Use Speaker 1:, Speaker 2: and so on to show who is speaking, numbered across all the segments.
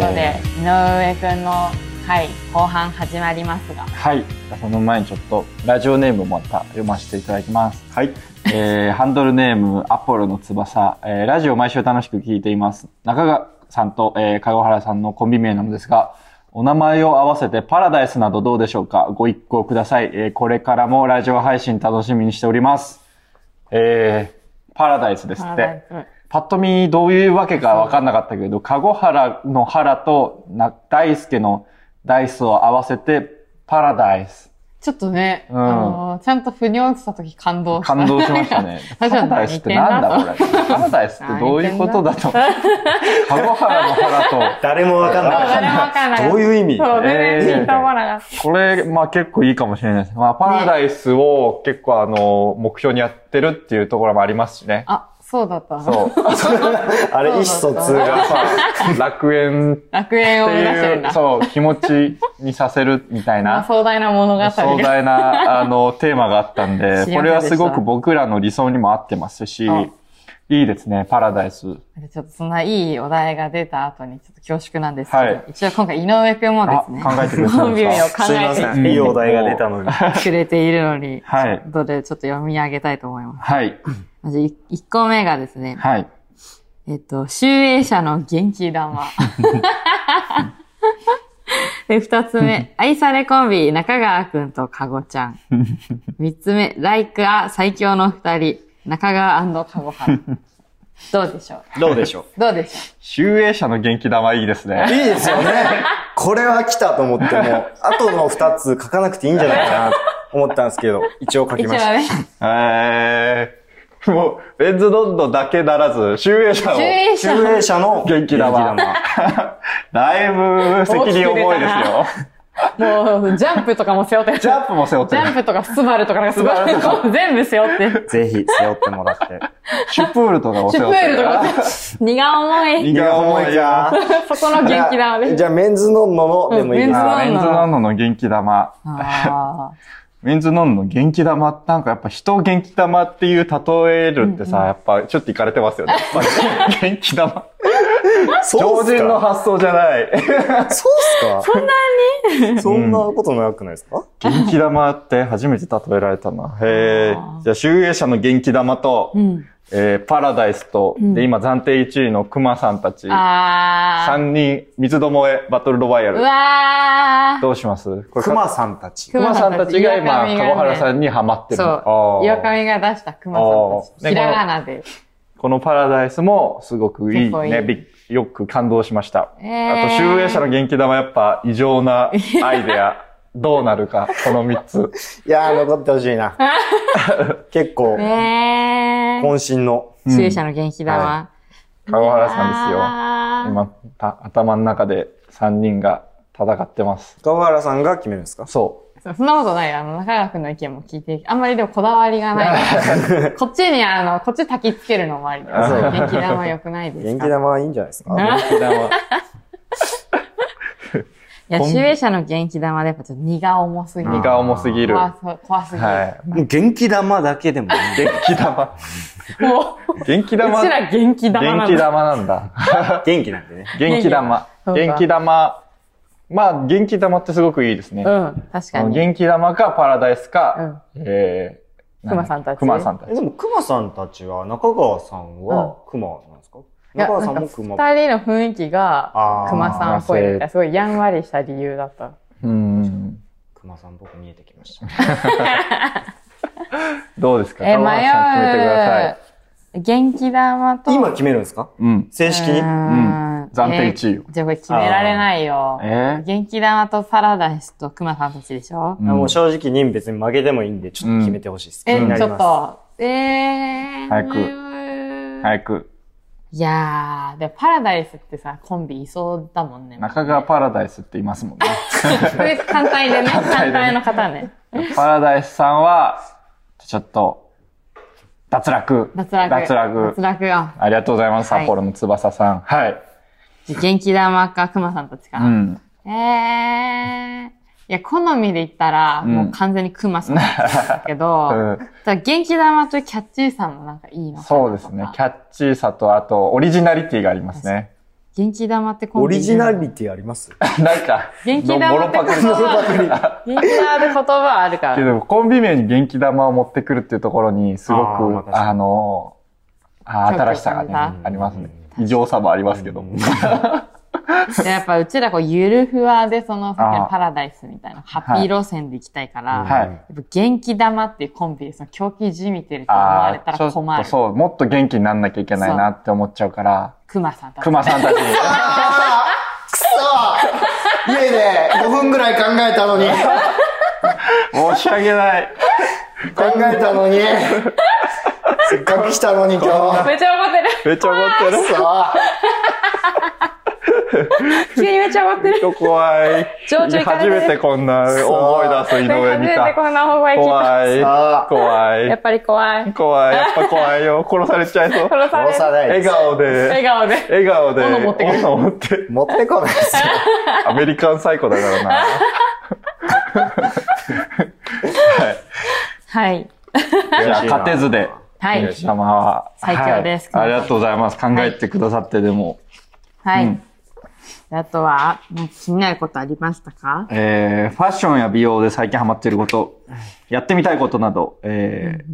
Speaker 1: ことで、井上くんの回後半始まりますが、
Speaker 2: はい。その前にちょっと、ラジオネームをまた読ませていただきます。
Speaker 3: はい。
Speaker 2: えーハンドルネーム、アポロの翼。えーラジオ毎週楽しく聞いています。中川さんと、えー、籠原さんのコンビ名なのですが、お名前を合わせてパラダイスなどどうでしょうかご一行ください。えーこれからもラジオ配信楽しみにしております。えーパラダイスです
Speaker 1: パ
Speaker 2: っ
Speaker 1: ラ
Speaker 2: て
Speaker 1: ダ。イ
Speaker 2: パッと見どういうわけかわかんなかったけど、籠原の原とな大輔のダイスを合わせて、パラダイス。
Speaker 1: スちょっとね、
Speaker 2: うん
Speaker 1: あの、ちゃんと腑に落ちた時感動した。。
Speaker 2: 感動しました ねパ
Speaker 1: 確か
Speaker 2: ラ
Speaker 1: に
Speaker 2: ダイスってなんだこれ。パラダイスってどういうことだ と。籠原の原
Speaker 3: 誰もわかん
Speaker 1: そ
Speaker 3: な
Speaker 1: う
Speaker 3: か
Speaker 1: 誰も
Speaker 3: っ
Speaker 1: わかんな
Speaker 3: た。
Speaker 1: い。
Speaker 3: どういう意味
Speaker 1: そう、
Speaker 2: えー
Speaker 1: 全然ピンとこなかっ
Speaker 2: と。これ、まあ結構いいかもしれないです。まあパラダイスを結構あの、目標にやってるっていうところもありますしね。
Speaker 1: た。あ、そうだった。
Speaker 2: そう。
Speaker 3: あれ、意思疎通がさ、
Speaker 2: 楽園っ
Speaker 1: 楽園
Speaker 2: て
Speaker 1: を目指してるん
Speaker 2: い
Speaker 1: だ
Speaker 2: う、。そう、気持ちにさせるみたい
Speaker 1: まあ
Speaker 2: な。
Speaker 1: 壮大な物語が。
Speaker 2: 壮大な、あの、テーマがあったんで
Speaker 1: 知、り
Speaker 2: こ
Speaker 1: ませんでした
Speaker 2: れはすごく僕らの理想にも合ってますし
Speaker 1: あ、
Speaker 2: いいですね、パラダイス。
Speaker 1: ちょっとそんないいお題が出た後にちょっと恐縮なんですけど、
Speaker 2: はい
Speaker 1: 一応今回井上くんもですね、
Speaker 2: あ考えてくれたんですか
Speaker 1: 本名を考
Speaker 3: すいませ
Speaker 1: え
Speaker 3: ん。いいお題が出たのに。
Speaker 1: てくれているのに、
Speaker 2: はい
Speaker 1: どれちょっと読み上げたいと思います。
Speaker 2: はい。
Speaker 1: まず1個目がですね、
Speaker 2: はい。
Speaker 1: えっと、集英社の元気玉。で、二つ目、愛されコンビ、中川くんとかごちゃん。三つ目、ライクは最強の二人、中川かごはら。どうでしょ
Speaker 3: どうでしょ
Speaker 1: うどうでしょ
Speaker 2: 集英社の元気玉いいです
Speaker 3: う い
Speaker 2: ね。
Speaker 3: いですよね。これは来たと思っても、後の二つ書かなくていいんじゃないかなと思ったんですけど、一応書
Speaker 1: う
Speaker 3: き
Speaker 1: 一応
Speaker 3: ました。
Speaker 1: ね、
Speaker 2: えー、もう、レッズドットだけならず、集英社を
Speaker 1: 集英社
Speaker 3: 集英社の
Speaker 2: 元気 玉。だいぶ責任重いですよ。
Speaker 1: もう、ジャンプとかも背負って、
Speaker 2: ジャンプも背負って
Speaker 1: ジャン
Speaker 2: る。
Speaker 1: プとかスバルとかなんかす
Speaker 2: スバル
Speaker 1: ごい、全部背負って。
Speaker 3: ぜひ背負ってもらって。
Speaker 2: シュプールとかも
Speaker 1: シ
Speaker 2: 背
Speaker 1: ュ
Speaker 2: 負
Speaker 1: プ
Speaker 2: っ
Speaker 1: ー
Speaker 2: て
Speaker 1: ルと
Speaker 2: る。
Speaker 1: か、荷が重い。
Speaker 2: 荷が重いか。
Speaker 1: そこの元気玉で
Speaker 3: じ
Speaker 1: す。
Speaker 3: ゃあ、メンズノンノのでもいいです
Speaker 1: うん
Speaker 2: あーメ
Speaker 1: メン
Speaker 2: ンズ
Speaker 1: ズノ
Speaker 2: ノ
Speaker 1: ン
Speaker 2: ンノの元気玉。
Speaker 1: あ
Speaker 2: メンズノンの元気玉って、なんかやっぱ人を元気玉っていう例えるってさ、やっぱちょっといかれてますよね。やっ ぱり元気玉。
Speaker 3: そ
Speaker 2: 常
Speaker 3: うっす
Speaker 2: 人の
Speaker 3: か
Speaker 2: 発想じゃない。
Speaker 3: そうっすかそんなにそんなことなくないですか
Speaker 2: 元気玉って初めて例えられたな。へえ
Speaker 1: あー。
Speaker 2: じゃあ、集英社の元気玉と、
Speaker 1: ーうん。
Speaker 2: えーパラダイスと、で、今暫定1位のクマさんたち、
Speaker 1: あー。
Speaker 2: 3人、三つどもえバトルロワイヤ
Speaker 1: う
Speaker 2: ル。
Speaker 1: わー。
Speaker 2: どうしますこれ、
Speaker 3: ク
Speaker 2: か
Speaker 3: マさんたち。
Speaker 1: 熊
Speaker 2: 熊さんたちが今、
Speaker 1: 岩上がね
Speaker 2: 籠原さんにハマってる。
Speaker 1: そう。岩
Speaker 2: あー
Speaker 1: 上が出した熊さんたち。
Speaker 2: あー
Speaker 1: ひらがなで。
Speaker 2: このパラダイスもすごくいい
Speaker 1: 結構いい
Speaker 2: ね。びよく感動しました。
Speaker 1: えー
Speaker 2: あと、集英社の元気玉やっぱ異常なアイデア。どうなるか、この3つ。
Speaker 3: いやー、残ってほし いな。結構、
Speaker 1: えー。
Speaker 3: 渾身の。
Speaker 1: 主演者の元気玉。
Speaker 2: 籠原さんですよ。
Speaker 1: あー
Speaker 2: 今た頭の中で3人が戦ってます
Speaker 3: 川原さんが決めるんですか
Speaker 2: そ
Speaker 1: そうそんなことないよ。あの、中川くんの意見も聞いて、あんまりでもこだわりがない。 こっちに、あの、こっち焚きつけるのもありだよ。
Speaker 3: そう
Speaker 1: 元気玉良くないですか
Speaker 3: 元気玉はいいんじゃないですか
Speaker 2: う元気玉
Speaker 1: いや、主演者の元気玉でやっぱちょっと荷が重すぎる。
Speaker 2: 身が重すぎるは
Speaker 1: 怖そう怖すぎる。
Speaker 2: い
Speaker 3: 元気玉だけでもいい。
Speaker 2: 元気玉
Speaker 1: もう、
Speaker 2: 元気玉
Speaker 1: うちら元気玉な
Speaker 2: 元
Speaker 1: ん
Speaker 2: 気
Speaker 1: だ。
Speaker 2: 玉なんだ
Speaker 3: 元気なんでね。
Speaker 2: 元気玉
Speaker 1: そうか
Speaker 2: 元気玉まあ元気玉ってすごくいいですね、
Speaker 1: うん、確か
Speaker 2: あの
Speaker 1: に。
Speaker 2: 元気玉かパラダイスか、えー、
Speaker 1: 熊さんたち
Speaker 2: 熊さんた
Speaker 3: え
Speaker 2: ち
Speaker 3: でも、熊さんたちは、中川さんは熊なんですか
Speaker 1: いや
Speaker 3: 中川さん
Speaker 1: なん
Speaker 3: も
Speaker 1: か
Speaker 3: 熊。
Speaker 1: 二人の雰囲気が
Speaker 3: あ、ー
Speaker 1: 熊さんっぽいみたいな。すごいやんわりした理由だった。
Speaker 2: うん
Speaker 3: 熊さん僕見えてきました。
Speaker 2: どうですか
Speaker 1: え、
Speaker 2: 熊さん決めてください
Speaker 1: 迷。
Speaker 2: う
Speaker 1: 元気玉と。
Speaker 3: 今決めるんですか
Speaker 2: うん
Speaker 3: 正式に
Speaker 1: うー
Speaker 2: うん
Speaker 1: ん
Speaker 2: 暫定一位よ
Speaker 1: えじゃあこれ決められないよ。
Speaker 2: え
Speaker 1: 元気玉とパラダイスと熊さんたちでしょ
Speaker 2: うん
Speaker 3: もう正直に別に負けてもいいんで、ちょっと決めてほしいです。
Speaker 1: え、
Speaker 3: 気にな
Speaker 1: ち
Speaker 3: り
Speaker 1: ょっ
Speaker 3: ま
Speaker 1: と。えー。
Speaker 2: 早く
Speaker 1: い。
Speaker 2: 早く
Speaker 1: いやー、でもパラダイスってさ、コンビいそうだもんね。
Speaker 2: 中川パラダイスって言いますもんね
Speaker 1: これ単体でね、単体の方ね。
Speaker 2: パラダイスさんは、ちょっと、脱落。
Speaker 1: 脱落。
Speaker 2: 脱落
Speaker 1: 脱落よ。
Speaker 2: ありがとうございます、
Speaker 1: はい
Speaker 2: 札幌の翼さん。はい。
Speaker 1: 元気玉か、熊さんたちか
Speaker 2: う
Speaker 1: な。
Speaker 2: ん。
Speaker 1: えー。いや、好みで言ったら、
Speaker 2: うん
Speaker 1: もう完全に熊さんなんだけど、
Speaker 2: うん
Speaker 1: ただ元気玉とキャッチーさもなんかいいのかなとか
Speaker 2: そ うですね。キャッチーさと、あと、オリジナリティがありますね。
Speaker 1: 元気玉ってコン
Speaker 3: オ
Speaker 1: ビ
Speaker 3: リ
Speaker 1: い
Speaker 3: ジ
Speaker 1: るの
Speaker 3: ナリティあります
Speaker 2: なんか、
Speaker 1: 元気
Speaker 2: ど
Speaker 1: 玉
Speaker 2: ボロパク
Speaker 1: って
Speaker 2: リ
Speaker 1: 言
Speaker 3: ボロ
Speaker 1: 葉
Speaker 3: パクリ
Speaker 1: 元気玉って言葉あるか
Speaker 2: け
Speaker 1: ら。
Speaker 2: ど、コンビ名に元気玉を持ってくるっていうところに、すご
Speaker 3: あーまあ確
Speaker 2: く、
Speaker 3: かに
Speaker 2: あの、あー新しさがね、
Speaker 1: うん
Speaker 2: ありますね。異常さもありますけど。
Speaker 1: でやっぱうちらこう、ゆるふわでその、
Speaker 2: あー
Speaker 1: パラダイスみたいな、ハッピー路線で行きたいから、
Speaker 3: うん
Speaker 2: はい。
Speaker 1: やっぱ元気玉っていうコンビで、その狂気じみてると思われ
Speaker 2: あ
Speaker 1: た
Speaker 2: あ、ちょ
Speaker 1: ら
Speaker 2: っと
Speaker 1: 困る。
Speaker 2: そう、もっと元気になんなきゃいけないなって思っちゃうから、
Speaker 1: クマさんたち。
Speaker 2: 熊さんたちに。
Speaker 3: あーくそ家で5分ぐらい考えたのに、
Speaker 2: 申し訳ない。
Speaker 3: 考えたのに、せっかく来たのに今日。
Speaker 1: めっちゃ怒って
Speaker 2: め
Speaker 1: る。
Speaker 2: っちゃ怒ってる。
Speaker 3: くそ
Speaker 1: 急にめっちゃ怒ってる。
Speaker 2: 人怖い。
Speaker 1: 情緒いかれて
Speaker 2: 初
Speaker 1: る
Speaker 2: めてこんな思い出す井上 見
Speaker 1: 初めて
Speaker 2: た。
Speaker 1: こんな大声聞い
Speaker 2: 怖い。
Speaker 3: さあ
Speaker 2: 怖
Speaker 1: た。やっ
Speaker 2: い。
Speaker 1: ぱり怖い。
Speaker 2: 怖い。やっぱ怖いよ。殺されちゃいそう。
Speaker 1: 殺される。
Speaker 3: 殺さない
Speaker 2: 笑
Speaker 3: です。
Speaker 2: 顔で、
Speaker 1: 笑顔で。
Speaker 2: 笑顔で、
Speaker 1: 斧持ってくる
Speaker 2: 斧持って、
Speaker 3: 持ってこないですよ。
Speaker 2: アメリカンサイコだからな。
Speaker 1: はい。
Speaker 2: じゃあ、勝てずで、
Speaker 1: はい
Speaker 2: 皆様は。
Speaker 1: 最強です
Speaker 2: はいありがとうございます。考えてくださってでも。
Speaker 1: はい。
Speaker 2: うん
Speaker 1: であとは、なんか気になることありましたか
Speaker 2: えーファッションや美容で最近ハマっていること、やってみたいことなど、えー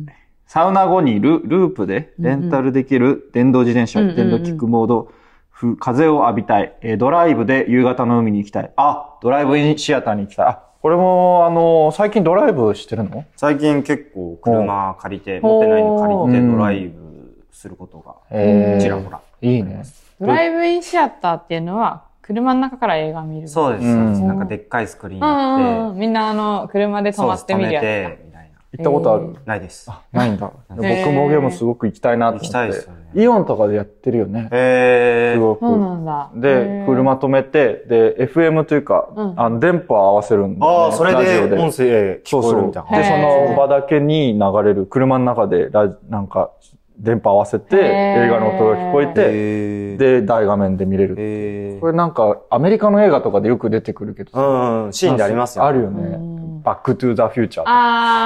Speaker 2: サウナ後にルループでレンタルできる電動自転車、
Speaker 1: うんうん
Speaker 2: 電動キックボード、ふ風を浴びたい、えードライブで夕方の海に行きたい。あ、ドライブインシアターに行きたい。あ、これも、あの最近ドライブしてるの
Speaker 4: 最近結構車借りて、持ってないの借りて
Speaker 2: うん
Speaker 4: ドライブすることが、
Speaker 1: えー
Speaker 4: ちらほら。
Speaker 2: いいね。
Speaker 1: ドライブインシアターっていうのは、車の中から映画見る。う。
Speaker 4: そうです、
Speaker 2: うん
Speaker 4: そうですなんかでっかいスクリーン
Speaker 1: うんうん
Speaker 4: あ
Speaker 1: う
Speaker 4: っ
Speaker 1: ん。みんなあの、車で
Speaker 4: て、
Speaker 1: 止まってみるや
Speaker 4: そう
Speaker 1: つ。
Speaker 4: です止めて、みたいな。
Speaker 2: 行ったことある、
Speaker 4: ないです。あ
Speaker 2: ないんだ。僕
Speaker 1: へー
Speaker 2: もゲームすごく行きたいなと思って。
Speaker 4: 行きたいですよね
Speaker 2: イオンとかでやってるよね。
Speaker 4: え
Speaker 2: す
Speaker 4: ー、
Speaker 2: ごく。
Speaker 1: そうなんだ。へ
Speaker 2: で
Speaker 1: ー、
Speaker 2: 車。止めて、で、FM というか、
Speaker 1: うん
Speaker 2: あの、電波を合わせるんで、
Speaker 4: あーそれで
Speaker 2: ラジオ
Speaker 4: 音
Speaker 3: 声
Speaker 2: そうそう。で、そ
Speaker 1: へー
Speaker 2: の場だけに流れる、車の中でラジ、なんか、電波合わせて、
Speaker 1: へー
Speaker 2: 映画の音が聞こえて、
Speaker 4: えー、
Speaker 2: で、大画面で見れる。
Speaker 4: えー
Speaker 2: これなんか、アメリカの映画とかでよく出てくるけど、
Speaker 3: うん、シーンでありますよ。
Speaker 2: あるよ
Speaker 1: う
Speaker 2: ね
Speaker 1: ん。
Speaker 2: バックトゥーザフューチャーとか。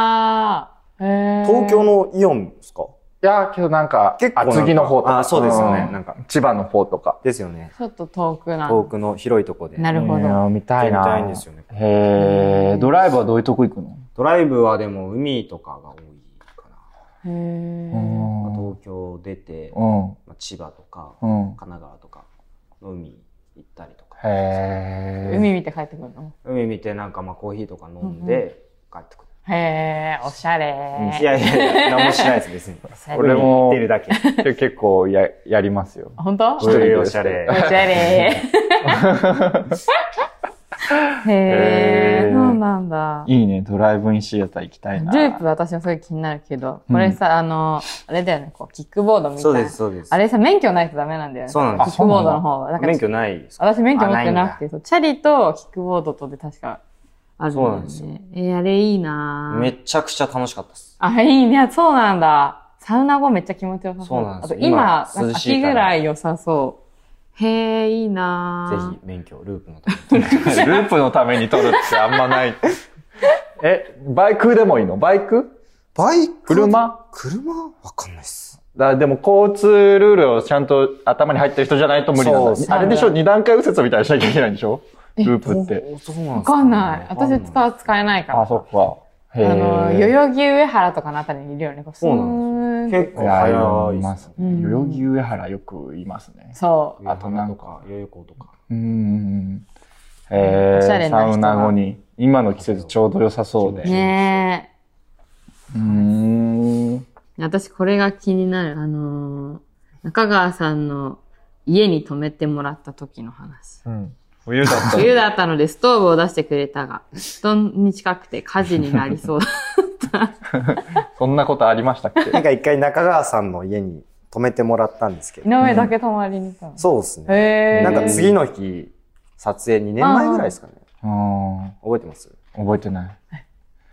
Speaker 1: あー。へー
Speaker 3: 東京のイオンですか
Speaker 2: いやー、けどなんか、
Speaker 3: 結構なんか
Speaker 2: 厚木の方とか。
Speaker 4: あそうですよね
Speaker 2: ん
Speaker 4: なんか
Speaker 2: 千葉の方とか。
Speaker 4: ですよね。
Speaker 1: ちょっと遠くな。
Speaker 4: 遠くの広いとこで。
Speaker 1: なるほ
Speaker 2: い
Speaker 1: ど。
Speaker 2: やー見たいな。
Speaker 4: 見たいんですよね
Speaker 2: へードライブはどういうとこ行くの
Speaker 4: ドライブはでも海とかが多いかな。
Speaker 2: う
Speaker 1: へー
Speaker 4: まあ
Speaker 2: ん。
Speaker 4: 東京出て、
Speaker 2: うん。
Speaker 4: まあ、千葉とか、
Speaker 2: うん
Speaker 4: 神。奈川とかの海行ったりとか。
Speaker 2: へー
Speaker 1: 海見て帰ってくるの
Speaker 4: 海見てなんかまあコーヒーとか飲んで帰ってくる。
Speaker 1: へーおしゃれ。
Speaker 4: いやいやいや、何もしないです、別 に。
Speaker 1: おしゃれ
Speaker 2: 俺も
Speaker 4: 海に行ってるだけ。
Speaker 2: け結構や、やりますよ。
Speaker 1: 本当
Speaker 2: 一人で
Speaker 4: おしゃれ
Speaker 1: お。し ゃれ。へ
Speaker 2: へ
Speaker 1: え、
Speaker 2: ー
Speaker 1: そうなんだ。
Speaker 2: いいね、ドライブインシアター行きたい
Speaker 1: ル
Speaker 2: な。
Speaker 1: ープ私もすごい気になるけど、これさ、あの、あれだよね、こう、キックボードみたいな。
Speaker 4: そうです、そうです。
Speaker 1: あれさ、免許ないとダメなんだよね。
Speaker 4: そうなんです
Speaker 1: キックボードの方は。だから
Speaker 4: 免許ないですか
Speaker 1: 私免許持ってなくて、そうチャリとキックボードとで確かあるんだよね。
Speaker 4: そうなんですよ
Speaker 1: えーあれいいなぁ
Speaker 4: めちゃくちゃ楽しかったです。
Speaker 1: あ、いいね。そうなんだ。サウナ後めっちゃ気持ちよさそう。
Speaker 4: そうなんですよ
Speaker 1: あと今、
Speaker 4: 今
Speaker 1: なん
Speaker 4: 涼
Speaker 1: か
Speaker 4: しい
Speaker 1: 秋
Speaker 4: から
Speaker 1: ぐらい良さそう。へえ、いい
Speaker 4: ぜ
Speaker 1: な
Speaker 4: ひ免許、ループのために。
Speaker 2: ループのために撮るってあんまない。 え、バイクでもいいのバイク
Speaker 4: バイク
Speaker 2: 車
Speaker 4: 車わかんないっす。
Speaker 2: だでも交通ルールをちゃんと頭に入ってる人じゃないと無理なんだ
Speaker 4: そう
Speaker 2: あれでしょ二段階右折みたいにしなきゃいけないんでしょループって。
Speaker 4: おそうなん
Speaker 1: ぁ。わ
Speaker 4: ですね
Speaker 1: かんない。私使
Speaker 4: わかんないう
Speaker 1: 使えないから。
Speaker 2: あ、そっか。へー
Speaker 1: あの、代々木上原とかのあたりにいるよね。こう
Speaker 4: そうなん
Speaker 1: すーん
Speaker 4: 結構
Speaker 2: いや、
Speaker 4: 早
Speaker 2: い
Speaker 4: い
Speaker 2: ま
Speaker 4: っ
Speaker 2: す
Speaker 4: す。
Speaker 2: ね。代々木上原よくいますね。
Speaker 1: そう。
Speaker 4: あとなんか、代々木とか。
Speaker 2: うん。え
Speaker 1: おしゃれ
Speaker 2: ー、
Speaker 1: な
Speaker 2: サ
Speaker 1: 人が
Speaker 2: ウナ後に、今の季節ちょうど良さそうで。
Speaker 1: ね
Speaker 2: うーん。
Speaker 1: え。私これが気になる。あのー中川さんの家に泊めてもらった時の話。
Speaker 2: うん冬だった
Speaker 1: 冬だったのでストーブを出してくれたが、布団に近くて火事になりそうだ。
Speaker 2: そんなことありましたっけ
Speaker 3: なんか一回中川さんの家に泊めてもらったんですけ
Speaker 1: 井
Speaker 3: ど。
Speaker 1: 上だけ泊まりに行ったの。
Speaker 3: そうですね。
Speaker 1: へー
Speaker 3: なんか次の日、撮影2年前ぐらいですかね。
Speaker 2: うん。
Speaker 3: 覚えてます
Speaker 2: 覚えてない。、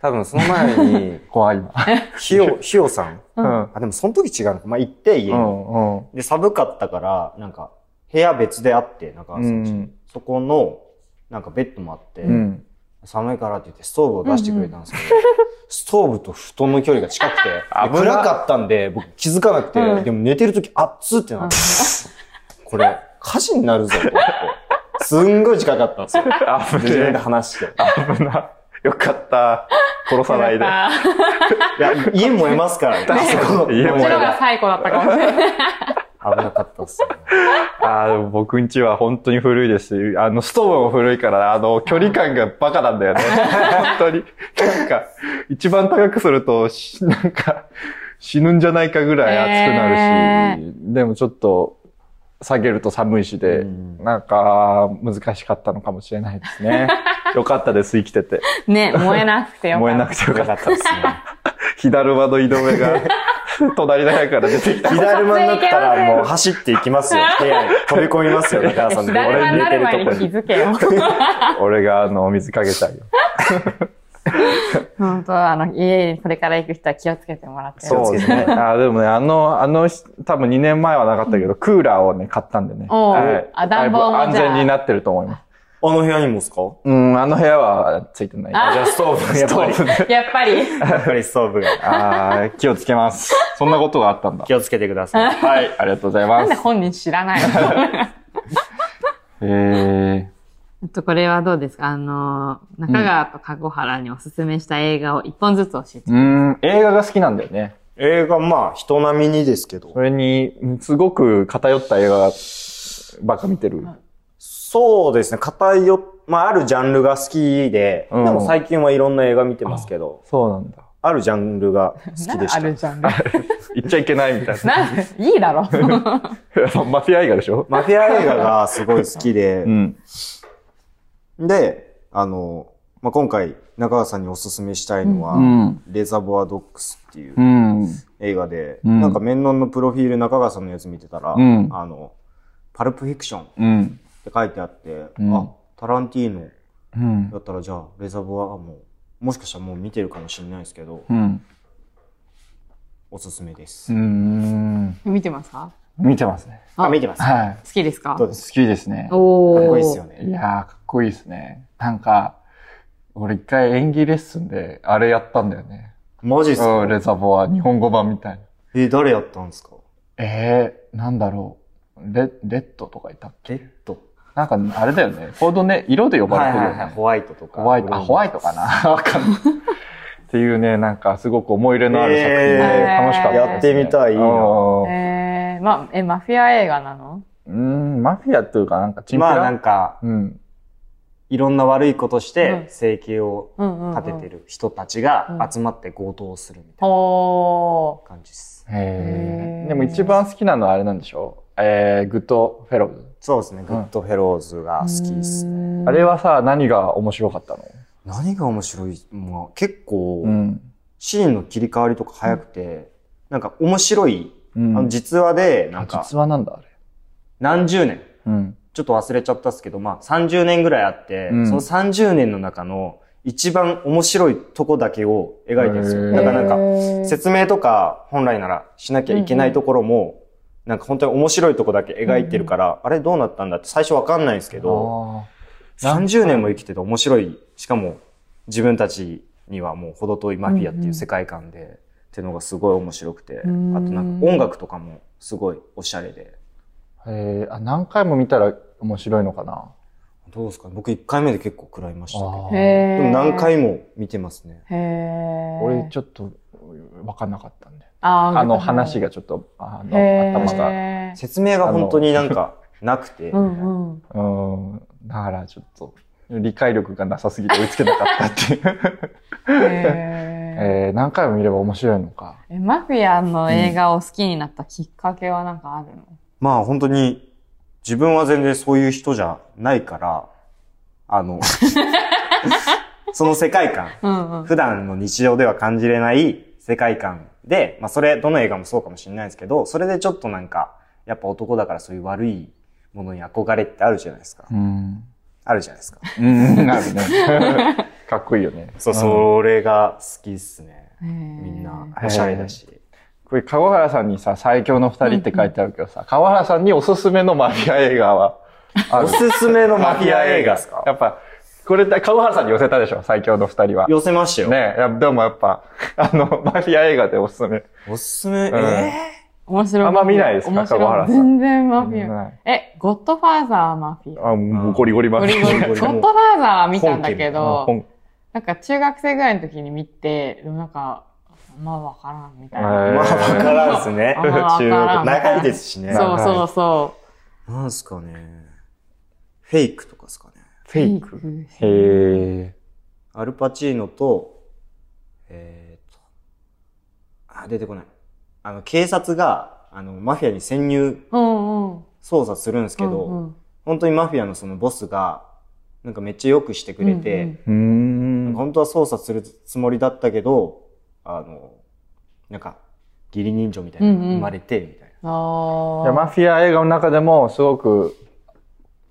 Speaker 3: 多分その前に
Speaker 2: 怖い今。
Speaker 3: ひよ、ひよさん。
Speaker 2: うん。
Speaker 3: あ、でもその時違うのか。まあ、行って家
Speaker 2: う
Speaker 3: に。
Speaker 2: ん。うん。
Speaker 4: で、寒かったから、なんか、部屋別であって、中川さんち、
Speaker 2: うん
Speaker 4: そこの、なんかベッドもあって、
Speaker 2: うん。
Speaker 4: 寒いからって言ってストーブを出してくれたんですけど、 ストーブと布団の距離が近くて、で
Speaker 2: 危な
Speaker 4: 暗かったんで、僕気づかなくて、
Speaker 1: うん
Speaker 4: でも寝てる時、あっつってなって、これ、火事になるぞと思って。すんごい時間かかったん ですよ。
Speaker 2: あぶ
Speaker 4: 自分で
Speaker 2: ね
Speaker 4: 話して。
Speaker 2: え。危な。よかった。殺さないで。
Speaker 4: いや、家燃えますからね。あそこ
Speaker 2: 家
Speaker 1: こ
Speaker 2: 燃え
Speaker 1: っ
Speaker 2: る
Speaker 1: ちのが最後だったかもしれない。
Speaker 4: 危なかったっすよね。
Speaker 2: ああ、でも僕んちは本当に古いですし、あの、ストーブも古いから、あの、距離感がバカなん だよね。本当に。なんか、一番高くすると、しなんか、死ぬんじゃないかぐらい暑くなるし、でもちょっと、下げると寒いしで、
Speaker 4: うん
Speaker 2: なんか、難しかったのかもしれないです ね。よかったです、生きてて。
Speaker 1: ね、燃えなくてよかっ
Speaker 2: 燃
Speaker 1: た。
Speaker 2: えなくてよか
Speaker 4: よ
Speaker 2: っ
Speaker 4: か
Speaker 2: た。
Speaker 4: ったですね。
Speaker 2: 火だるまの井上が、 隣の部屋から出てきた。
Speaker 3: 火だるまになった
Speaker 1: 全然いけま
Speaker 3: ら
Speaker 1: せん
Speaker 3: もう走っていきますよ。 部屋に飛び込みます よ、中川さん
Speaker 1: 火
Speaker 3: の
Speaker 1: だるまになる
Speaker 3: 俺
Speaker 1: 前
Speaker 3: 寝て
Speaker 1: に気づけよ。
Speaker 2: 俺が、あの、水かけたいよ。
Speaker 1: 本当あの、家にこれから行く人は気をつけてもらって。
Speaker 2: そうですね。あでもね、あの、あの、多分2年前はなかったけど、クーラーをね、買ったんでね。
Speaker 1: おう
Speaker 2: はい
Speaker 1: あ暖房も
Speaker 2: だいぶ
Speaker 1: じゃあ
Speaker 2: 安全になってると思います。
Speaker 3: あの部屋にもですか
Speaker 2: うん、あの部屋はついてない。
Speaker 1: あ
Speaker 3: じゃあストーブ、やっぱり、
Speaker 1: やっぱり。
Speaker 3: やっぱりストーブが。
Speaker 2: あー気をつけ ます。そんなことがあったんだ。
Speaker 3: 気をつけてください。
Speaker 2: はい、ありがとうござい
Speaker 1: な
Speaker 2: ま。
Speaker 1: んです本人知らない の
Speaker 2: えー、
Speaker 1: えっと、これはどうですかあの、中川と籠原におすすめした映画を一本ずつ教えて。
Speaker 2: うん、映画が好きなんだよね。
Speaker 3: 映画、まあ、人並みにですけど
Speaker 2: そ。れに、うんすごく偏った映画ばっか見てる。
Speaker 3: そうですね、偏っ、まあ、あるジャンルが好きで、
Speaker 2: うん
Speaker 3: でも最近はいろんな映画見てますけど、
Speaker 2: そうなんだ。
Speaker 3: あるジャンルが好きで
Speaker 1: なんあ
Speaker 3: し
Speaker 1: る
Speaker 3: た。
Speaker 1: じゃんね。
Speaker 2: 言っちゃいけないみたいな。
Speaker 1: なんでいいだろ。
Speaker 2: マ フィア映画でしょ
Speaker 3: マフィア映画がすごい好きで
Speaker 2: う、ん。
Speaker 3: で、あの、まあ、今回、中川さんにおすすめしたいのは、
Speaker 2: うん。
Speaker 3: レザボアドックスっていう
Speaker 2: うん。
Speaker 3: 映画で、
Speaker 2: うん
Speaker 3: なんか、面ンのプロフィール中川さんのやつ見てたら、
Speaker 2: うん
Speaker 3: あの、パルプフィクションっ
Speaker 2: うん。
Speaker 3: て書いてあって、
Speaker 2: うん
Speaker 3: あ、タランティーノ
Speaker 2: うん
Speaker 3: だ。ったらじゃあ、レザボアも、もしかしたらもう見てるかもしれないですけど、
Speaker 2: うん。
Speaker 3: おすすめです。
Speaker 2: うん。
Speaker 1: 見てますか
Speaker 2: 見てますね。
Speaker 1: あ
Speaker 3: あ、見てます。
Speaker 2: はい。
Speaker 1: 好きですか
Speaker 3: ど
Speaker 2: 好
Speaker 3: うです
Speaker 2: きですね。
Speaker 1: お
Speaker 3: か
Speaker 1: ー
Speaker 3: っこいいですよね
Speaker 2: い。やー、かっこいいですね。なんか、俺一回演技レッスンであれやったんだよね。
Speaker 3: マジっ
Speaker 2: う
Speaker 3: すか
Speaker 2: ん、レザボア、日本語版みたいな。
Speaker 3: え、誰やったんですか
Speaker 2: えー、なんだろう。レ、レッドとかいたっけ
Speaker 3: レッド。
Speaker 2: なんか、あれだよね。コードね、色で呼ば
Speaker 3: は
Speaker 2: れ
Speaker 3: い
Speaker 2: てる
Speaker 3: は
Speaker 2: よ
Speaker 3: いはい。
Speaker 2: ね。
Speaker 3: ホワイトとか。
Speaker 2: ホワイト、あ、ホワイトかな わかんない。っていうね、なんか、すごく思い入れのある作品で、
Speaker 1: えー
Speaker 2: 楽しかったですね。
Speaker 1: やって
Speaker 3: みたいいいな
Speaker 2: うん
Speaker 1: えー、ま、え、マフィア映画なの
Speaker 2: うん、マフィアっていうか、なんか、チンピ
Speaker 3: まあな
Speaker 2: ラ
Speaker 3: んか、
Speaker 2: うん。
Speaker 3: いろんな悪いことし
Speaker 1: うん
Speaker 3: て、生計を
Speaker 1: うんうん、うん。
Speaker 3: 立てて
Speaker 1: る。
Speaker 3: る人たち
Speaker 1: う
Speaker 3: が
Speaker 1: ん
Speaker 3: 集まって強盗をするみたい
Speaker 1: おー
Speaker 3: な。感じです。
Speaker 2: へ
Speaker 1: へー
Speaker 2: ーでも一番好きなのはあれなんでしょうえー、グッドフェローズ。
Speaker 3: そうですね。グッドフェローズが好きですね。
Speaker 1: ね
Speaker 2: あれはさ、何が面白かったの
Speaker 3: 何が面白いまあ結構、
Speaker 2: ん。
Speaker 3: シーンの切り替わりとか早くて、なんか面白い、
Speaker 2: うん、
Speaker 3: あの実話で、なん
Speaker 2: あ
Speaker 3: か
Speaker 2: 実話なんだ、あれ。
Speaker 3: 何十年、
Speaker 2: うん。
Speaker 3: ちょっと忘れちゃったっすけど、まあ30年ぐらいあって、
Speaker 2: うん
Speaker 3: その30年の中の一番面白いとこだけを描いてるんです
Speaker 2: へ
Speaker 3: よ。
Speaker 2: ー
Speaker 3: だからなんか、
Speaker 1: か
Speaker 3: 説明とか本来ならしなきゃいけないところも、なんか本当に面白いとこだけ描いてるから、あれどうなったんだって最初わかんないんですけど、30年も生きてて面白い、しかも自分たちにはもう程遠いマフィアっていう世界観で、ってのがすごい面白くて、あと
Speaker 1: ん
Speaker 3: なんか音楽とかもすごいおしゃれで。
Speaker 2: あーえーあ、何回も見たら面白いのかな
Speaker 3: どうですか僕1回目で結構食らいましたけ
Speaker 2: ー
Speaker 3: ど。
Speaker 1: へ
Speaker 3: で
Speaker 1: ー
Speaker 3: も何回も見てますね。
Speaker 1: へー
Speaker 2: 俺ちょっと、わかんなかったんで。
Speaker 1: あー
Speaker 2: あの話がちょっと、あの、
Speaker 1: へー
Speaker 2: 頭が。
Speaker 3: 説明が本当になんかなくて
Speaker 1: う、んうん。
Speaker 2: うん。だからちょっと、理解力がなさすぎて追いつけなかったっていう。
Speaker 1: へー
Speaker 2: えー、何回も見れば面白いのか。
Speaker 1: え、マフィアの映画を好きになったきっかけはなんかあるの
Speaker 3: まあ本当に自分は全然そういう人じゃないから、あ の、その世界観、
Speaker 1: うんうん。
Speaker 3: 普段の日常では感じれない世界観で、まあそれ、どの映画もそうかもしれないですけど、それでちょっとなんか、やっぱ男だからそういう悪いものに憧れってあるじゃないですか。
Speaker 2: うん。
Speaker 3: あるじゃないですか。
Speaker 2: うん、なるね。かっこいいよね。
Speaker 3: そう、
Speaker 2: うん。
Speaker 3: それが好きっすね。
Speaker 1: み
Speaker 3: みんな、
Speaker 2: ー
Speaker 3: おしゃれだし。
Speaker 2: これ、川原さんにさ、最強の二人って書いてあるけどさ、川原さんにおすすめのマフィア映画はある
Speaker 3: おすすめのマフィア映画です
Speaker 2: や
Speaker 3: か
Speaker 2: っぱ、これ、川原さんに寄せたでしょ、最強の二人は。ね
Speaker 3: 寄せましたよ。
Speaker 2: え、いやでもやっぱ、あの、マフィア映画でおすすめ。
Speaker 3: おすすめ、
Speaker 2: ん
Speaker 3: えー
Speaker 1: 面白い。
Speaker 5: あんま見ないですか
Speaker 1: 面白
Speaker 5: 籠原さん
Speaker 1: 全然マフィア。
Speaker 5: あ、
Speaker 1: え、ゴッドファーザーマフィア。
Speaker 5: もうゴリゴリマ
Speaker 1: ゴ
Speaker 5: フ
Speaker 1: リ
Speaker 5: ィ
Speaker 1: ゴリ。
Speaker 5: ア。
Speaker 1: ゴッドファーザーは見たんだけど、
Speaker 5: 本
Speaker 1: なんか中学生ぐらいの時に見て、でもなんか、まあわからんみたい
Speaker 5: えー
Speaker 1: な。
Speaker 3: まあ、わからんですね
Speaker 1: あん。まわからん。
Speaker 3: 長いですしね。
Speaker 1: そうそうそ
Speaker 3: なんすかね。フェイクとかですかね。
Speaker 5: フ
Speaker 1: う。
Speaker 5: ェイク。
Speaker 1: へ
Speaker 5: へえ。
Speaker 3: アルパチーノと、えー、と、あ、出てこない。あの、警察が、あの、マフィアに潜入
Speaker 1: うんうん。
Speaker 3: 捜査するんですけど、
Speaker 1: うんうん
Speaker 3: 本当にマフィアのそのボスが、なんかめっちゃ良くしてくれて、
Speaker 1: うんう
Speaker 5: う
Speaker 1: ん
Speaker 5: ーん。
Speaker 3: 本当は捜査するつもりだったけど、あの、なんか、義理人情みたいなのが生まれて、みたいな。
Speaker 1: あ
Speaker 2: いや
Speaker 1: あ。
Speaker 2: マフィア映画の中でも、すごく、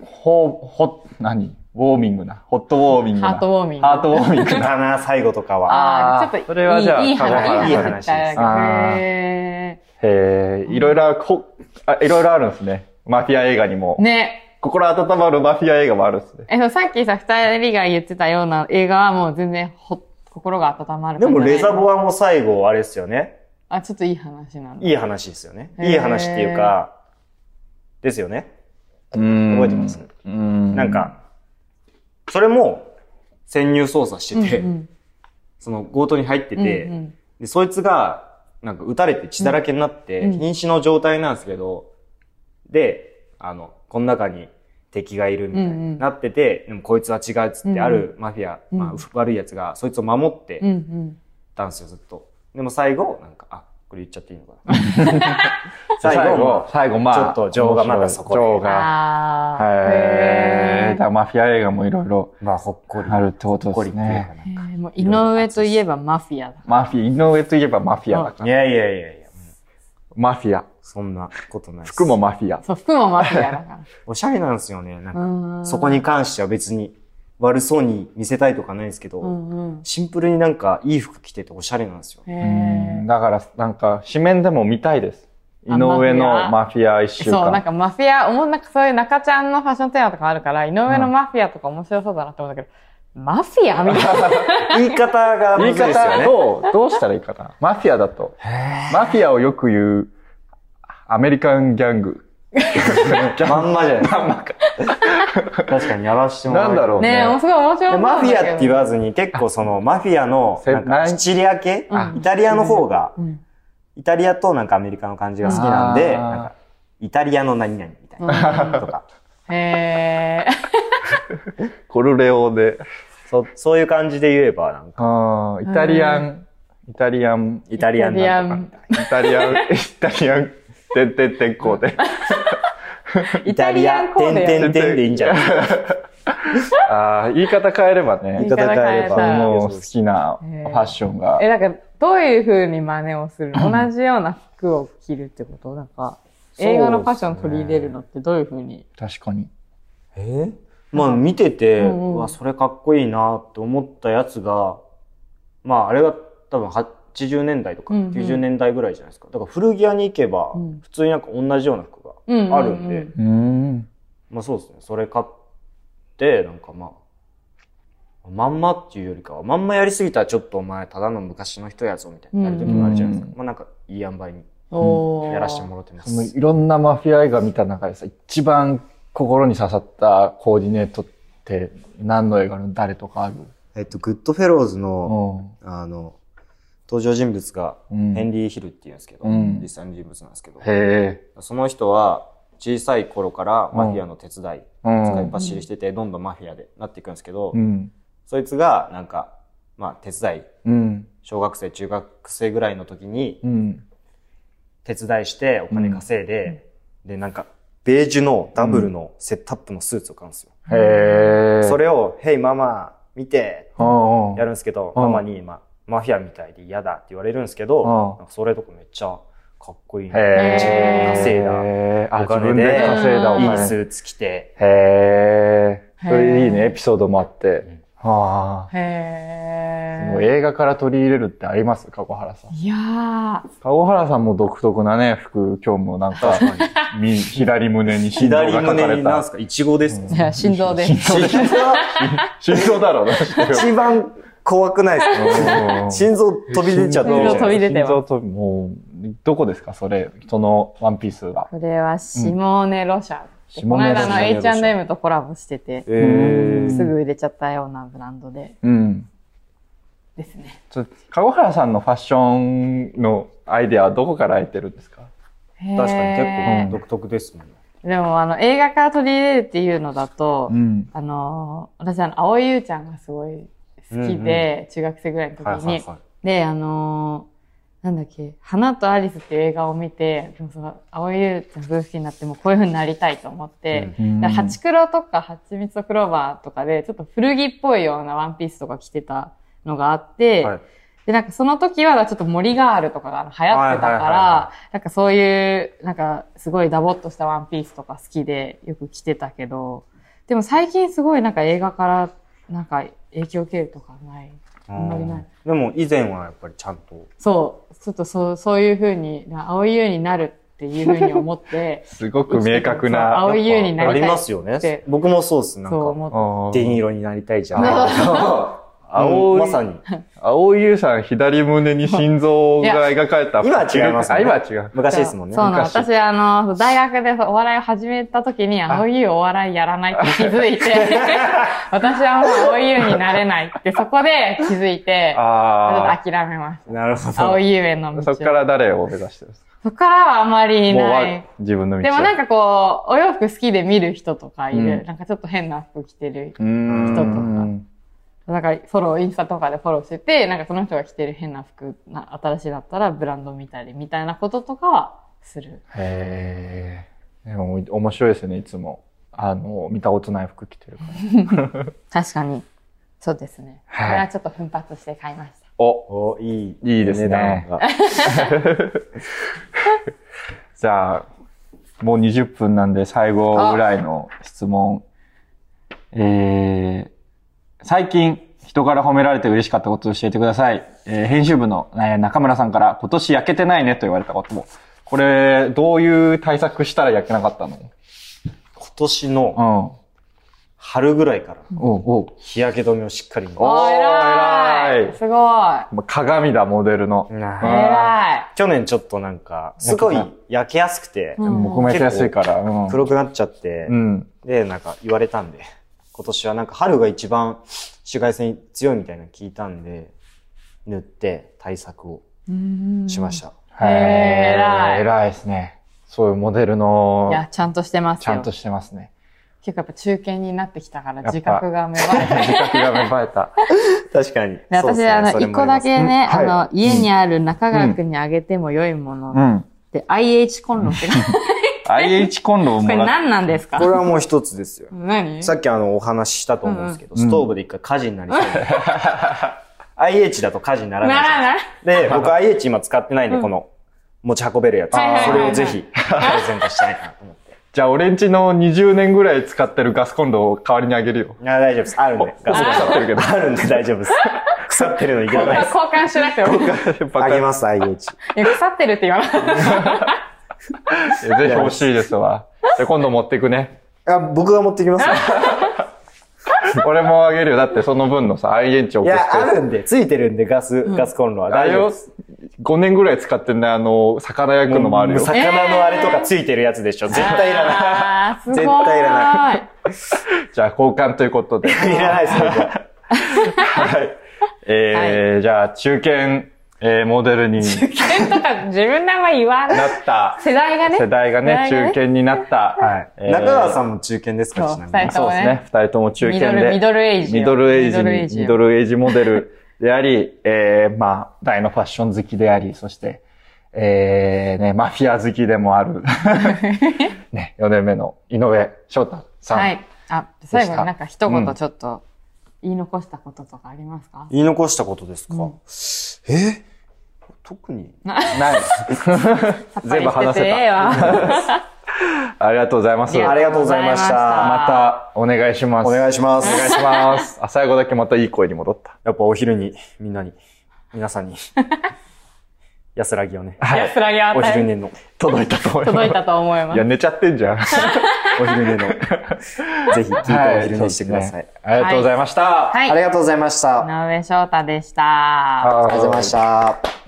Speaker 2: ほ、ほ、何ウォーミングな。ホットウォーミングな。
Speaker 1: ハートウォーミング。
Speaker 2: ハートウォ ーミングな。
Speaker 3: だな、最後とかは。
Speaker 1: あ
Speaker 2: あー
Speaker 1: あ、ちょっといい、
Speaker 2: それはじゃあ
Speaker 1: いい
Speaker 2: 籠
Speaker 3: 原さん
Speaker 1: 話、いい話だけど
Speaker 2: あー
Speaker 1: へ
Speaker 2: へえ、いろいろある、こあ、いろいろあるんですね。マフィア映画にも
Speaker 1: ー。ね。
Speaker 2: 心温まるマフィア映画もあるんですね。
Speaker 1: え、そうさっきさ、二人が言ってたような映画はもう全然ほ、心が温まる。
Speaker 3: でも、レザ
Speaker 1: ア。
Speaker 3: ボアも最後、あれですよね。
Speaker 1: あ、ちょっといい話なんだ。
Speaker 3: いい話ですよね。
Speaker 1: へー
Speaker 3: いい話っていうか、ですよね。
Speaker 2: 覚
Speaker 3: 覚えてます
Speaker 2: うん。
Speaker 3: なん、か、それも、潜入捜査してて、
Speaker 1: うんうん
Speaker 3: その強盗に入ってて、
Speaker 1: うんうん
Speaker 3: で、そいつが、なんか撃たれて血だらけになって、
Speaker 1: うん
Speaker 3: 瀕死の状態なんですけど、で、あの、この中に敵がいるみたい
Speaker 1: うんうん
Speaker 3: になってて、でもこいつは違うっつ
Speaker 1: うんう
Speaker 3: っ
Speaker 1: ん
Speaker 3: て、あるマフィア、
Speaker 1: うん
Speaker 3: まあ、悪い奴が、そいつを守って
Speaker 1: うんうん。
Speaker 3: たんですよ、ずっと。でも最後、なんか、あ、これ言っちゃっていいのかな。 最
Speaker 2: 最後
Speaker 3: 後、、
Speaker 2: 最後、まあ。
Speaker 3: ちょっと情がまだそこで
Speaker 2: 情が。
Speaker 1: ああ。
Speaker 2: へえ。だ
Speaker 1: へ
Speaker 2: からマフィア映画もいろいろ
Speaker 3: まあ、ほっこり。
Speaker 2: あるってこと
Speaker 3: ほっこ
Speaker 2: で
Speaker 3: りっ
Speaker 2: す
Speaker 3: ていうか
Speaker 2: ね。
Speaker 3: な。
Speaker 1: ー。もう井上といえばマフィアだ。
Speaker 2: マフィア、井上といえばマフィアだか
Speaker 3: い
Speaker 2: ら。
Speaker 3: やいやいやいや、
Speaker 2: マフィア。
Speaker 3: そんなことないです
Speaker 2: 服もマフィア。
Speaker 1: そう、服もマフィアだか
Speaker 3: おしゃれなんですよね。な
Speaker 1: ら。
Speaker 3: ん か、
Speaker 1: うん
Speaker 3: そこ。に関しては別に悪そうに見せたいとかないんですけど、
Speaker 1: うんうん。
Speaker 3: シンプルになんかいい服着てておしゃれなんですよ。
Speaker 1: へ
Speaker 2: う
Speaker 1: え
Speaker 2: ん。だから、なんか、紙面でも見たいです。井
Speaker 1: あマフィア
Speaker 2: 上のマフィア一週
Speaker 1: そう、なん
Speaker 2: 間。
Speaker 1: かマフィア、おもなんかそういう中ちゃんのファッションテーマとかあるから、井上のマフィアとか面白そうだなって思うんだけど、マフィアみたいな。
Speaker 3: 言い 方が
Speaker 2: 言
Speaker 3: 難
Speaker 2: い
Speaker 3: しいですよ
Speaker 2: 方
Speaker 3: ね。
Speaker 2: どう、どうしたらいいかな。マフィアだと。マフィアをよく言う、アメリカンギャング。
Speaker 3: まんまじ ゃないですか。確かにやらしてもら
Speaker 2: なんだろう
Speaker 1: ねえ、もう
Speaker 2: ね。
Speaker 1: すごい面白
Speaker 3: で
Speaker 1: そう
Speaker 3: マ
Speaker 1: なんだ
Speaker 3: フ
Speaker 1: け
Speaker 3: ィ
Speaker 1: ど。
Speaker 3: アって言わずに結構そのマフィアの
Speaker 2: せ
Speaker 3: なん
Speaker 2: な
Speaker 3: か
Speaker 2: い
Speaker 3: シチリア系
Speaker 1: うん
Speaker 3: イタリアの方が
Speaker 1: う、ん
Speaker 3: イタリアとなんかアメリカの感じが好きなん
Speaker 2: あ
Speaker 3: で、
Speaker 2: ー
Speaker 3: なんかイタリアの何々みたいな とか、
Speaker 1: へえ。
Speaker 2: コルレオで。
Speaker 3: そそういう感じで言えばなんか
Speaker 2: あーイタリアン、イタリアン、イ
Speaker 3: イタリアンなんとかみたいな。
Speaker 2: タリアン、イタリアン、てんてんてんこうで。
Speaker 1: イタリアンコー
Speaker 3: 点
Speaker 1: デや
Speaker 3: 点点でいいんじゃない
Speaker 2: ああ、言い方変えればね。
Speaker 1: 言い方変えたら
Speaker 2: もう好きなファッションが。
Speaker 1: え、なんか、どういう風に真似をするの同じような服を着るってことなんか、映画のファッションを取り入れるのってどういう風に
Speaker 2: 確かに。
Speaker 3: えまあ見てて、
Speaker 1: うんうん
Speaker 3: うわ、それかっこいいなって思ったやつが、まああれが多分80年代とか
Speaker 1: うんうん
Speaker 3: 90年代ぐらいじゃないですか。だから古着屋に行けば
Speaker 1: うん、
Speaker 3: 普通になんか同じような服
Speaker 1: うんうんうん
Speaker 3: があるんで、
Speaker 2: うん。
Speaker 3: まあそうですね。それ買って、なんかまあ、まんまっていうよりかは、まんまやりすぎたらちょっとお前ただの昔の人やぞみたいになる時もあるじゃないですか。
Speaker 2: うん
Speaker 3: まあなんかいい塩梅に
Speaker 1: おー
Speaker 3: やらせてもらってま
Speaker 2: その
Speaker 3: す。
Speaker 2: いろんなマフィア映画見た中でさ、一番心に刺さったコーディネートって何の映画の誰とかある
Speaker 3: えっと、グッドフェローズの、
Speaker 2: う
Speaker 3: あの、登場人物が
Speaker 2: ん。
Speaker 3: ヘン
Speaker 2: へ
Speaker 3: リー・ヒルっていうんですけど、
Speaker 2: うん
Speaker 3: 実際の人物なんですけど、
Speaker 2: え。
Speaker 3: その人は小さい頃からマフィアの手伝い、
Speaker 2: うん
Speaker 3: 使いっ走りしてて、どんどんマフィアでなっていくんですけど、
Speaker 2: うん。
Speaker 3: そいつがなんか、まあ手伝い、
Speaker 2: うん。
Speaker 3: 小学生、中学生ぐらいの時に
Speaker 2: うん。
Speaker 3: 手伝いしてお金稼いで、で、なんか、ベージュのダブルのセットアップのスーツを買うんですよ。
Speaker 2: へえ。
Speaker 3: それを、ヘイママ、見て、
Speaker 2: うんうん、
Speaker 3: やるんですけど、
Speaker 2: うん
Speaker 3: ママに、まあ、マフィアみたいで嫌だって言われるんですけど、
Speaker 2: うん
Speaker 3: なんかそれとかめっちゃかっこいいな。
Speaker 2: へ
Speaker 1: 自分で
Speaker 3: 稼いだ
Speaker 2: だ
Speaker 3: お
Speaker 2: 自
Speaker 3: 金
Speaker 2: 分で
Speaker 3: で
Speaker 2: 稼いだお
Speaker 3: い
Speaker 2: 金。
Speaker 3: いスーツ着て、
Speaker 2: へえ。
Speaker 1: へー
Speaker 2: それいいね、エピソードもあって。はあ。もう
Speaker 1: へえ。
Speaker 2: 映画から取り入れるってあります籠原さん。
Speaker 1: いやー、
Speaker 2: 籠原さんも独特なね、服、今日もなんか、 み 左胸に心臓が
Speaker 3: 左
Speaker 2: 書か
Speaker 3: 胸
Speaker 2: れ
Speaker 3: に、なん
Speaker 2: た。
Speaker 3: すか、イチゴですか、
Speaker 1: いや心臓です。
Speaker 2: 心臓心臓だ ろうな。
Speaker 3: 一 番怖くないですか心臓飛び出ちゃってるじ
Speaker 1: 心臓
Speaker 3: ゃ
Speaker 1: 飛
Speaker 3: ん。
Speaker 1: び出てます
Speaker 2: 心臓飛びもう、どこですかそれ、そのワンピースは。
Speaker 1: これはシモーネロシャって、この間の
Speaker 3: シモーネロシャ
Speaker 1: H&M とコラボしてて、
Speaker 3: えー
Speaker 1: すぐ売れちゃったようなブランドで
Speaker 2: うん。
Speaker 1: ですね。
Speaker 2: ちょ籠原さんのファッションのアイデアはどこから得てるんですか
Speaker 1: 確
Speaker 3: 確かに結構
Speaker 2: うん
Speaker 3: 独特ですもんね。
Speaker 1: でも、あの、映画から取り入れるっていうのだと、
Speaker 2: ん。
Speaker 1: あのー、私、あの、青井優ちゃんがすごい好きで、中学生ぐらいの時に、
Speaker 3: はいはいはい。
Speaker 1: で、あのーなんだっけ、花とアリスっていう映画を見て、でもその、青井優ちゃんすごい好きになって、もうこういう風になりたいと思って、でハチクロとかハチミツとクローバーとかで、ちょっと古着っぽいようなワンピースとか着てたのがあって、
Speaker 3: はい
Speaker 1: で、なんかその時はちょっと森ガールとかが流行ってたから、
Speaker 3: はいはいはいは
Speaker 1: なんかそういう、なんかすごいダボっとしたワンピースとか好きでよく着てたけど、でも最近すごいなんか映画からなんか影響を受けるとかない。あんまりない。
Speaker 3: でも以前はやっぱりちゃんと。
Speaker 1: そう、ちょっとそう、そういう風に、な青い優になるっていう風に思って、
Speaker 2: すごく明確な。
Speaker 1: そう青い優にな
Speaker 3: あ
Speaker 1: り
Speaker 3: り
Speaker 1: たい
Speaker 3: ま
Speaker 1: そ
Speaker 3: すよ
Speaker 1: で
Speaker 3: ね。僕もそうです。 なん
Speaker 1: う
Speaker 3: か、
Speaker 1: 思って。
Speaker 2: あ
Speaker 3: 電
Speaker 2: ー
Speaker 3: 色になりたいじ ゃん。
Speaker 2: 青
Speaker 3: うん
Speaker 2: い、
Speaker 3: まさに。
Speaker 2: 青い優さん左胸に心臓が描かれた。
Speaker 3: いや今は違いますよ
Speaker 2: あ、
Speaker 3: ね
Speaker 2: 今は違う。
Speaker 3: 昔ですもんね。
Speaker 1: そうなの。
Speaker 2: 昔
Speaker 1: 私、あの、大学でお笑いを始めた時に、青い優お笑いやらないって気づいて、 私はもう青い優になれないって、そこで気づいて、ちょ
Speaker 2: あ
Speaker 1: っと諦めまし
Speaker 3: なるほ
Speaker 1: た。青
Speaker 3: ど。
Speaker 1: い優への
Speaker 2: あ。
Speaker 1: 道を。
Speaker 2: そこから誰を目指してるんですか
Speaker 1: そっからはあまりい
Speaker 2: もう
Speaker 1: な
Speaker 2: わ
Speaker 1: い。
Speaker 2: 自分の道
Speaker 1: でもなん
Speaker 2: か、
Speaker 1: かこう、お洋服好きで見る人とかいる。
Speaker 2: うん
Speaker 1: なんかちょっと変な服着てる
Speaker 2: うーん
Speaker 1: 人とかなんかフォロー、インスタとかでフォローしてて、なんかその人が着てる変な服、な新しいだったらブランド見たりみたいなこととかはする。
Speaker 2: へえ。でも面白いですね、いつも。あの、見たことない服着てるから。
Speaker 1: 確かに。そうですね。
Speaker 2: はい
Speaker 1: これはちょっと奮発して買いました。
Speaker 2: お、
Speaker 3: お、いい。
Speaker 2: いいですね
Speaker 3: 値段が。
Speaker 2: じゃあ、もう20分なんで最後ぐらいの質問。えー、最近人から褒められて嬉しかったことを教えてください。えー編集部の、えー中村さんから今年焼けてないねと言われたことも。これ、どういう対策したら焼けなかったの
Speaker 3: 今年の
Speaker 2: う
Speaker 3: 春ぐらいから
Speaker 2: ん。おお
Speaker 3: 日焼け止めをしっかり塗る
Speaker 2: おー偉い
Speaker 1: すご
Speaker 2: ま鏡だ、モデルの。
Speaker 1: い。
Speaker 2: あ
Speaker 3: なあ
Speaker 2: ー
Speaker 1: 偉い。
Speaker 3: 去年ちょっとなんか、すごい焼けやすくて、
Speaker 1: うん
Speaker 2: 僕も焼けやすいから。うん。
Speaker 3: 黒くなっちゃって
Speaker 2: う、ん。
Speaker 3: で、なんか言われたんで、今年はなんか春が一番紫外線強いみたいなの聞いたんで、塗って対策をしました。
Speaker 2: へー
Speaker 1: 偉い
Speaker 2: 偉いですね。そういうモデル
Speaker 1: い
Speaker 2: の、
Speaker 1: や、ちゃんとしてますよ。
Speaker 2: ちゃんとしてますね。
Speaker 1: 結構やっぱ中堅になってきたから
Speaker 2: ぱ
Speaker 1: 自覚が芽生えて
Speaker 2: 自覚が芽生えた。
Speaker 3: 確かに。
Speaker 1: で
Speaker 3: そうっ
Speaker 1: 私、
Speaker 3: すね
Speaker 1: あの、
Speaker 3: それ
Speaker 1: 一
Speaker 3: も
Speaker 1: 個
Speaker 3: ありま
Speaker 1: だ
Speaker 3: す
Speaker 1: けね、
Speaker 2: うん
Speaker 1: あの、家にある中川くんにあげても良いもの
Speaker 2: う
Speaker 1: っ
Speaker 2: ん。
Speaker 1: て、IH コンロって、こ
Speaker 2: IH コンロをも
Speaker 1: れ
Speaker 2: らっ
Speaker 1: 何なんですか
Speaker 3: これはもう一つですよ。
Speaker 1: 何
Speaker 3: さっきあの、お話ししたと思うんですけど、
Speaker 2: ん
Speaker 3: ストーブで一回火事になりそうで。IH だと火事になら
Speaker 1: な
Speaker 3: ないじ
Speaker 1: ら
Speaker 3: ゃん。
Speaker 1: ない。
Speaker 3: で、僕 IH 今使ってないんで、この、持ち運べるやつ。
Speaker 1: はいはいはい
Speaker 3: それをぜひ、プレゼントしたいなと思って。
Speaker 2: じゃあ、俺んちの20年ぐらい使ってるガスコンロを代わりにあげるよ。
Speaker 3: いや、大丈夫です。あるんで。ガス
Speaker 2: 腐ってるけど
Speaker 3: あるんで大丈夫です。腐ってるのい けないです。
Speaker 1: 交換しなくても。い
Speaker 3: あげます、IH。
Speaker 1: や腐ってるって言わない。
Speaker 2: す。ぜひ欲し いですわ。じゃあ、今度持ってくね。
Speaker 3: あ、僕が持ってきますよ。
Speaker 2: 俺もあげるよ。だって、その分のさ、IH を送
Speaker 3: い
Speaker 2: って
Speaker 3: や、あるんで、ついてるんで、ガス、ガスコンロは。
Speaker 2: あ
Speaker 3: 大
Speaker 2: れ
Speaker 3: 丈夫
Speaker 2: よ
Speaker 3: です。、
Speaker 2: 5年ぐらい使ってんね、あの、魚焼くのもあるよ。
Speaker 3: 魚のあれとかついてるやつでしょ。絶対いらない。
Speaker 1: あーすごい。
Speaker 3: 絶対いら
Speaker 1: ない。
Speaker 2: じゃあ、交換ということで。
Speaker 3: いらないです、僕 は。
Speaker 2: えー、じゃあ、中堅、えー、モデルに
Speaker 1: とか自分の名前言わな。
Speaker 2: ないった。
Speaker 1: 世代がね。
Speaker 2: 世代が
Speaker 1: 世
Speaker 2: ね、
Speaker 1: 代
Speaker 2: 中堅になった。
Speaker 3: は
Speaker 2: え
Speaker 3: い。
Speaker 2: ー
Speaker 3: 中川さんも中堅ですか
Speaker 1: そう
Speaker 3: ちなみに。
Speaker 2: そうですね。二人とも中堅で。
Speaker 1: ミドルミドルエイジよ
Speaker 2: ミドルエイジに
Speaker 1: ミドルエイジよ
Speaker 2: ミドルエイジモデルであり、えー、まあ、大のファッション好きであり、そして、えー、ね、マフィア好きでもあ る、ね、4年目の井上翔太さん。
Speaker 1: はい。あ、最後
Speaker 2: でした
Speaker 1: になんか一
Speaker 2: うん
Speaker 1: 言ちょっと言い残したこととかありますか
Speaker 3: 言い残したことですか、
Speaker 1: うん
Speaker 3: え特に
Speaker 2: ない 全部話せた。
Speaker 1: た。
Speaker 2: ありがとうございます。
Speaker 3: ありがとうございました
Speaker 2: また、お願いします。
Speaker 3: お願いします。
Speaker 2: お願いします。あ、最後だけまたいい声に戻った。
Speaker 3: やっぱお昼にみんなに、皆さん に、安らぎをね、
Speaker 1: 安らぎは
Speaker 3: お
Speaker 1: 大
Speaker 3: 昼
Speaker 1: 変
Speaker 3: 寝の、
Speaker 2: 届いたと思います。
Speaker 1: 届いたと思いま
Speaker 2: いや、
Speaker 1: す。
Speaker 2: 寝ちゃってんじゃん。
Speaker 3: お昼 寝の、ぜひ聞いてお昼寝してください。
Speaker 2: はいそうですねありがとうございました。
Speaker 1: はい
Speaker 3: ありがとうございました。あり
Speaker 1: 井上翔太でした。
Speaker 3: がとうございました。